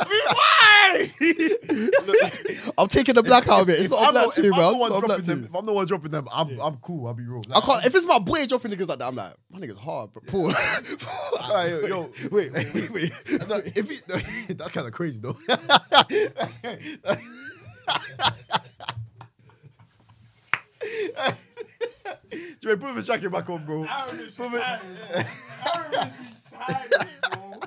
F: I mean, why?
B: I'm taking the black out of it. It's not a
A: I'm,
B: black
A: not, if
B: team, bro.
A: I'm the
B: It's
A: one
B: not a black
A: dropping them,
B: team.
A: if I'm the one dropping them, I'm, I'm cool. I'll be real.
B: I
A: Like,
B: can't. If it's my boy dropping niggas like that, I'm like, my nigga's hard, but poor. <laughs>
A: Alright, Uh, yo, yo.
B: wait, wait, wait, wait.
A: no, <laughs> if he, that's kind of crazy though. Dre, put the jacket back on, bro.
F: Aaron is tired. Aaron is tired, bro.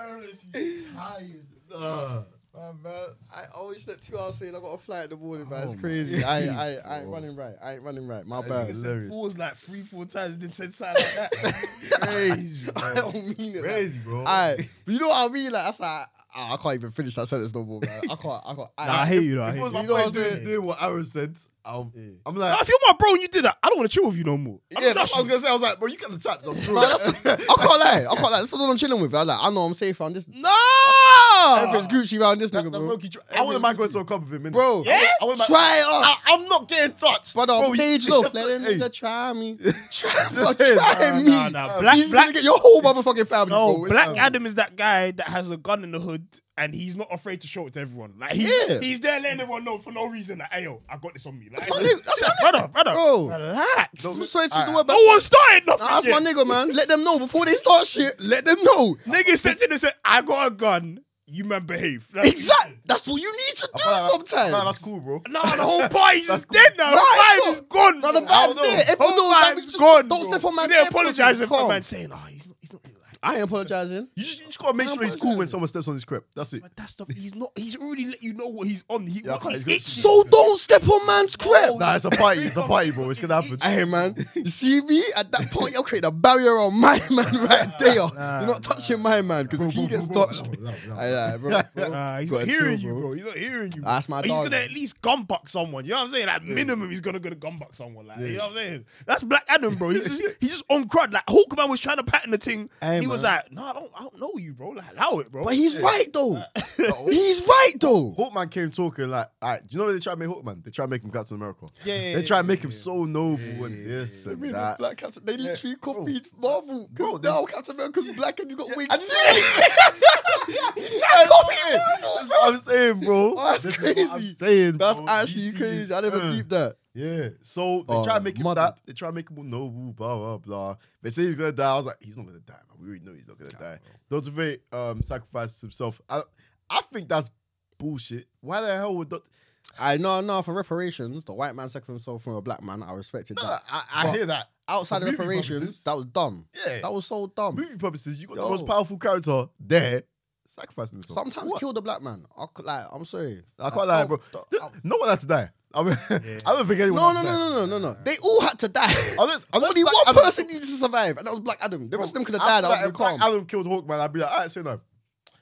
F: Aaron is tired.
A: Uh,
B: Man, man, I always slept two hours saying I got a flight in the morning, man. It's
A: my
B: crazy. I, I, I ain't running right. I ain't running right. My bad.
A: hilarious.
F: Paused like three, four times and then said something like that.
A: <laughs>
B: Crazy. I don't mean it. Like.
A: Crazy, bro.
B: Alright, but you know what I mean? Like that's like ah, I can't even finish that sentence no more, man. I can't. I can't. I,
C: I hate you, though. I
A: If it
C: hate
A: was
C: you.
A: my
B: You know
A: boy
B: what I'm
A: doing,
B: saying?
A: doing what Aaron said, I'll,
C: Yeah.
A: I'm
C: Nah,
A: like,
C: if you're my bro and you did that, I don't want to chill with you no more. I'm
A: yeah, that's
C: just-
A: what I was gonna say. I was like, bro, you kind of tapped. I'm sure.
B: Nah, that's-
A: <laughs>
B: I can't lie. I can't lie. That's what I'm chilling with. I like. I know I'm safe around this.
C: no,
B: Ah! Everything's Gucci around this
A: That-
B: nigga,
A: that's
B: bro.
A: low-key tr- I wouldn't mind going to a club with him, innit? I
B: Bro,
A: wouldn't- I wouldn't mind-
B: try it on.
A: I, I'm not getting touched.
B: Brother, I'm
A: you-
B: page off. Let that
A: Hey.
B: nigga try me. Try,
A: Nah,
B: try
A: nah,
B: me.
C: nah, nah. Black-
B: He's
C: black-
B: gonna get your whole motherfucking family.
C: No,
B: bro. It's
C: Black
B: over.
C: Adam is that guy that has a gun in the hood and he's not afraid to show it to everyone. Like he's,
B: Yeah.
C: he's there letting everyone know for no reason. Like, hey yo, I got this on me. Like,
B: That's my nigga- that's my
C: brother, brother,
B: Bro.
C: relax.
B: So sorry to the
A: Alright.
B: word,
C: No one started nothing.
B: Nah, that's my nigga, man. Let them know before they start shit. Let them know.
C: Nigga stepped in and said, "I got a gun. You man behave." Like,
B: Exact. That's what you need to do
A: Nah,
B: sometimes.
A: Nah, that's cool, bro.
C: Nah, the whole party's
A: That's
C: just
A: cool.
C: dead now.
B: Nah,
C: The
B: it's
C: vibe
B: not.
C: is gone.
B: Nah, the
C: bro.
B: vibe's there. Everyone
C: Whole
B: knows that. We
C: vibe's
B: just
C: gone.
B: don't step on man's
C: They're
B: air force,
C: apologizing
B: just
C: for
B: calm.
C: man saying, "Oh, he's not, he's not really like."
B: I ain't apologizing.
A: You just, you just gotta make sure he's cool when someone steps on his crib. That's it.
C: But that stuff, he's not. He's already let you know what he's on. He,
A: Yeah,
C: what
A: I can't-
C: he's
A: he's
C: itching.
B: So don't step on man's crib.
A: Nah, it's a party.
B: <laughs>
A: It's a party, bro. It's gonna happen.
B: Hey man, you see me at that point, I'll create a barrier on my <laughs> man right there. You're not touching my man because if he gets touched, Aye, aye, bro, bro.
C: Nah, he's
B: Gotta
C: not hearing
B: chill,
C: you,
B: bro.
C: bro. He's not hearing you.
B: That's my
C: He's
B: dog,
C: gonna
B: man.
C: at least gumbuck someone. You know what I'm saying? At minimum, he's gonna go to gumbuck someone. Like, you know what I'm saying? That's Black Adam, bro. He's just he's just on crud. Like Hawkman was trying to pattern the thing.
B: Hey,
C: he was
B: man.
C: like, no, I don't, I don't know you, bro. Like, allow it, bro.
B: But he's right though. <laughs> he's right though.
A: Hawkman came talking like, all right, do you know what they try to make Hawkman? They try to make him Captain America.
F: Yeah, yeah,
A: They
F: yeah,
A: try to make him so noble and this
B: I
A: and
B: mean,
A: that.
B: Black Captain, they literally copied Marvel.
A: Bro,
B: Because
A: they-
B: now Captain America's black and he's got wigs.
A: I
B: too.
A: just-
B: <laughs>
A: That's what I'm saying. That's what I'm saying, bro.
B: Oh, <laughs> that's
A: This is what I'm
B: crazy.
A: saying,
B: That's
A: bro.
B: actually
A: DC
B: crazy. I never
A: uh,
B: peeped that.
A: Yeah. So they
B: Oh,
A: try to make him
B: mother.
A: that. They try to make him noble, blah blah blah. They say he's gonna die. I was like, he's not gonna die, man. We already know he's not gonna die. Doctor Fate um sacrifices himself. I I think that's bullshit. Why the hell would Doctor
B: I know, no, for reparations, the white man sacrificed himself from a black man. I respected
A: Nah,
B: that.
A: I, I
B: But-
A: hear that.
B: Outside
A: for
B: of
A: movie
B: reparations,
A: purposes-
B: that was dumb.
A: Yeah.
B: That was so dumb.
A: movie purposes, you got the
B: Yo.
A: most powerful character there sacrificing himself.
B: Sometimes
A: What?
B: kill the black man. I, c- like, I'm sorry.
A: I can't lie, bro.
B: don't-
A: Th-
B: don't-
A: No one had to die. I, mean, <laughs> I don't think anyone.
B: No,
A: had
B: no,
A: to die.
B: no, no, no, no, no. They all had to die.
A: Unless, unless
B: Only
A: Black
B: one
A: Adam-
B: person needed to survive, and that was Black Adam. The rest of them could have
A: I
B: died.
A: feel
B: I
A: like
B: would
A: if
B: be calm.
A: Black Adam killed Hawkman. I'd be like, all right, say no.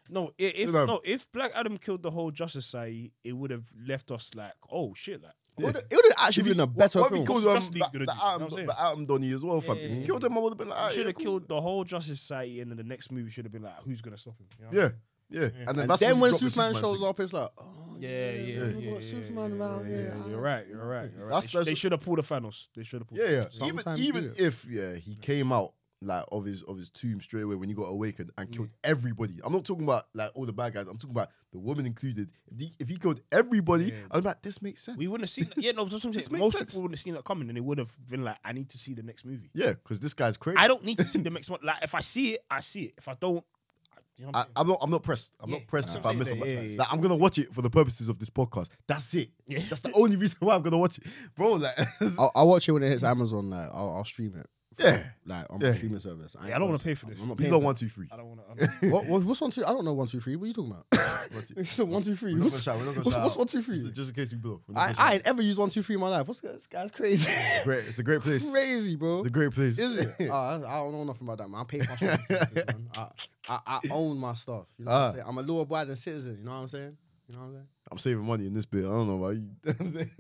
F: No, i- if
A: know?
F: no, if Black Adam killed the whole Justice Society, it would have left us like, oh shit, like
B: It would have actually been a better
A: what if
B: film.
A: he killed
F: What's
A: um,
F: Justice League
A: that,
F: gonna
A: that
F: do? You know what
A: Adam,
F: I'm saying?
A: that Adam Donnie as well, fam.
F: Yeah,
A: If
F: yeah,
A: he
F: yeah.
B: Ah,
A: killed him, I would have been like, all
F: you
A: right,
F: should
A: yeah,
F: have
A: cool.
F: killed the whole Justice Society, and then the next movie should have been like, who's gonna stop him? You know what I'm
A: Yeah,
F: saying?
A: Yeah. And then
B: And
A: that's
B: then when
A: you drop the
B: Superman
A: Superman
B: shows
A: thing.
B: up, it's like, oh,
C: Yeah, yeah, yeah.
A: we
C: yeah,
B: got Superman
C: yeah,
B: around
C: yeah,
B: here.
C: yeah, You're right. You're right. You're right.
A: That's-
C: They sh-
A: that's-
C: they should have pulled a Thanos. They should have pulled.
A: Yeah, yeah.
B: Sometimes you
A: even
B: do
A: even if yeah, he came out like of his of his tomb straight away when he got awakened and killed everybody. I'm not talking about like all the bad guys. I'm talking about the woman included. If he, if he killed everybody,
C: Yeah.
A: I'm like, this makes sense.
C: We wouldn't have seen. That. Yeah, no. That's what I'm saying.
A: This makes
C: Most
A: sense.
C: people wouldn't have seen that coming, and they would have been like, "I need to see the next movie."
A: yeah, because this guy's crazy.
C: I don't need to see the next one. Like, if I see it, I see it. If I don't, I, you know. What I'm
A: I,
C: saying?
A: I'm not. I'm not pressed. I'm
C: Yeah.
A: not pressed
C: Nah.
A: if I miss
C: Yeah,
A: a match.
C: yeah, yeah.
A: Like, I'm gonna watch it for the purposes of this podcast. That's it.
C: Yeah.
A: That's the only reason why I'm gonna watch it, bro. Like,
B: <laughs>
A: <laughs>
B: <laughs> I'll, I'll watch it when it hits Amazon. Like, I'll, I'll stream it.
A: yeah.
B: Like on
A: Yeah.
B: my streaming service.
C: Yeah, I don't
B: want
C: wanna pay for this.
B: I'm not
A: Please
B: paying.
A: don't
B: for
A: one two three.
C: I don't want to.
B: it.
C: <laughs>
B: What, what, what's one two? I don't know one two three. What are you talking
A: <laughs>
B: about?
A: What's it?
B: It's a one two three. <laughs>
A: We're not gonna
B: What's,
A: shout. We're not gonna
B: what's,
A: shout
B: what's
A: out.
B: one two three?
A: Just, just in case you blow. We're not
B: I,
A: gonna
B: I
A: shout
B: ain't ever used one two three in my life. What's this guy's crazy? <laughs>
A: out. Great. It's a great place.
B: crazy, bro.
A: It's a great place.
B: Is
A: <laughs>
B: <laughs> it? Oh, I, I don't know nothing about that, man. I pay my streaming <laughs> services, man. I, I, I own my stuff. You know what
A: Ah.
B: I'm saying? I'm a law abiding citizen. You know what I'm saying? You know what I'm saying?
A: I'm saving money in this bit. I don't know why. You, <laughs> I'm saying.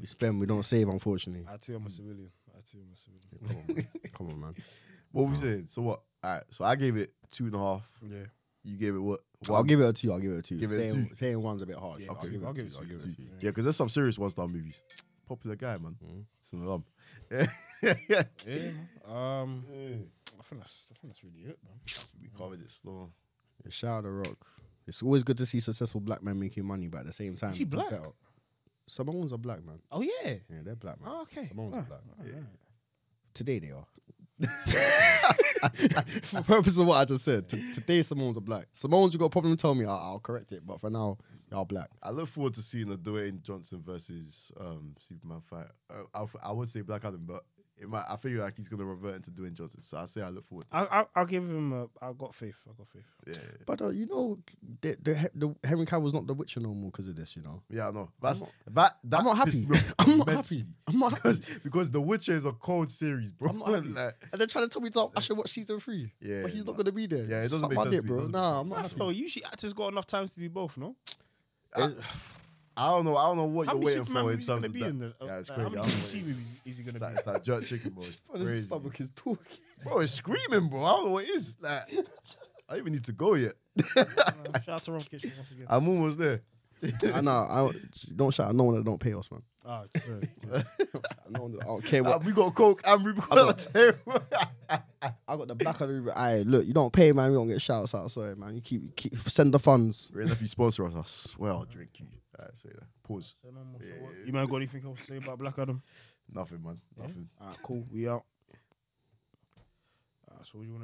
B: We spend, we don't save, unfortunately.
C: I too am a civilian. I too am a civilian.
B: Come on, <laughs> man. Come on, man.
A: What we saying? So what? All right. So I gave it two and a half.
C: Yeah.
A: You gave it what?
B: I'll give it a two. I'll give it a two.
A: Give it a
B: saying,
A: two.
B: saying one's a bit harsh.
C: Yeah,
B: I'll,
C: okay,
B: give it
C: I'll
B: a
C: give
B: two.
C: it a
B: I'll
C: two,
B: give it a
C: two.
B: two.
A: Yeah, because there's some serious one star movies. Popular guy, man.
B: Mhm.
A: It's an alum. yeah.
C: Yeah. Um. I think that's. I think that's really it, man.
A: <laughs> We covered it slow.
B: Yeah, Shout out to Rock. It's always good to see successful black men making money, but at the same time,
C: he black?
B: better. Samoans are black, man.
C: Oh yeah.
B: Yeah, they're black, man.
C: Oh, okay.
B: Samoans
C: Ah,
B: are black.
C: all
B: Yeah.
C: right.
B: Today they are. <laughs> for the purpose of what I just said, t- today Samoans are black. Samoans, you got a problem? Tell me, I'll, I'll correct it. But for now, y'all black.
A: I look forward to seeing a Dwayne Johnson versus um, Superman fight. Uh, I, I would say Black Adam, but it might, I feel like he's gonna revert into Dwayne Johnson. So I say I look forward. To
C: I'll, I'll, I'll give him a. I got faith. I got faith.
A: it. Yeah,
B: But uh, you know, the, the, he- the Henry Cavill's not the Witcher no more because of this. You know,
A: yeah, I know. That's that. that
B: I'm not happy.
A: pissed me off
B: <laughs> I'm not
A: immensely.
B: happy. I'm not happy.
A: <laughs> because because The Witcher is a cold series, bro.
B: I'm not
A: <laughs>
B: happy.
A: Like,
B: And they're trying to tell me to, I should watch season three.
A: Yeah,
B: but he's
A: nah.
B: not gonna be there.
A: Yeah, it doesn't
B: Suck
A: make
B: my
A: sense to me.
B: dick, bro.
A: Doesn't make
B: Nah,
A: sense.
B: I'm not happy.
C: After usually actors got enough times to do both, no?
A: I don't know. I don't know what
C: How
A: you're
C: many
A: waiting
C: Superman
A: for in
C: movies
A: terms
C: gonna
A: of
C: be
A: that.
C: in the?
A: yeah, it's
C: uh,
A: crazy.
C: How many
A: I don't know.
C: DC movies is he
A: It's
C: gonna
A: like,
C: be?
A: it's like jerk chicken, bro.
C: <laughs>
A: It's
B: Bro, <laughs> this
A: crazy.
B: stomach is talking.
A: <laughs> Bro, it's screaming, bro. I don't know what it is. Like, I don't even need to go yet.
C: in? Uh, Shout out to Ron Kitchen
A: <laughs>
C: once again.
A: I'm almost there.
B: I know. I don't- don't shout. I know one that don't pay us, man. <laughs>
C: Ah, it's good.
B: I know one that I
A: <laughs>
B: don't care
A: Uh,
B: what.
A: we got Coke and we got <laughs>
B: got-
A: the
B: I got the black of the river. Aye, look, you don't pay, man. We don't get shouts out. Sorry, man. You keep, keep send the funds.
A: Raise if you sponsor us, I swear I'll drink you. All right, say that. Pause.
C: So no more, so
A: Yeah.
C: what? You man got anything else to say about Black Adam?
A: Nothing, man. Nothing.
C: Alright, cool. We out. Alright, so what do you want?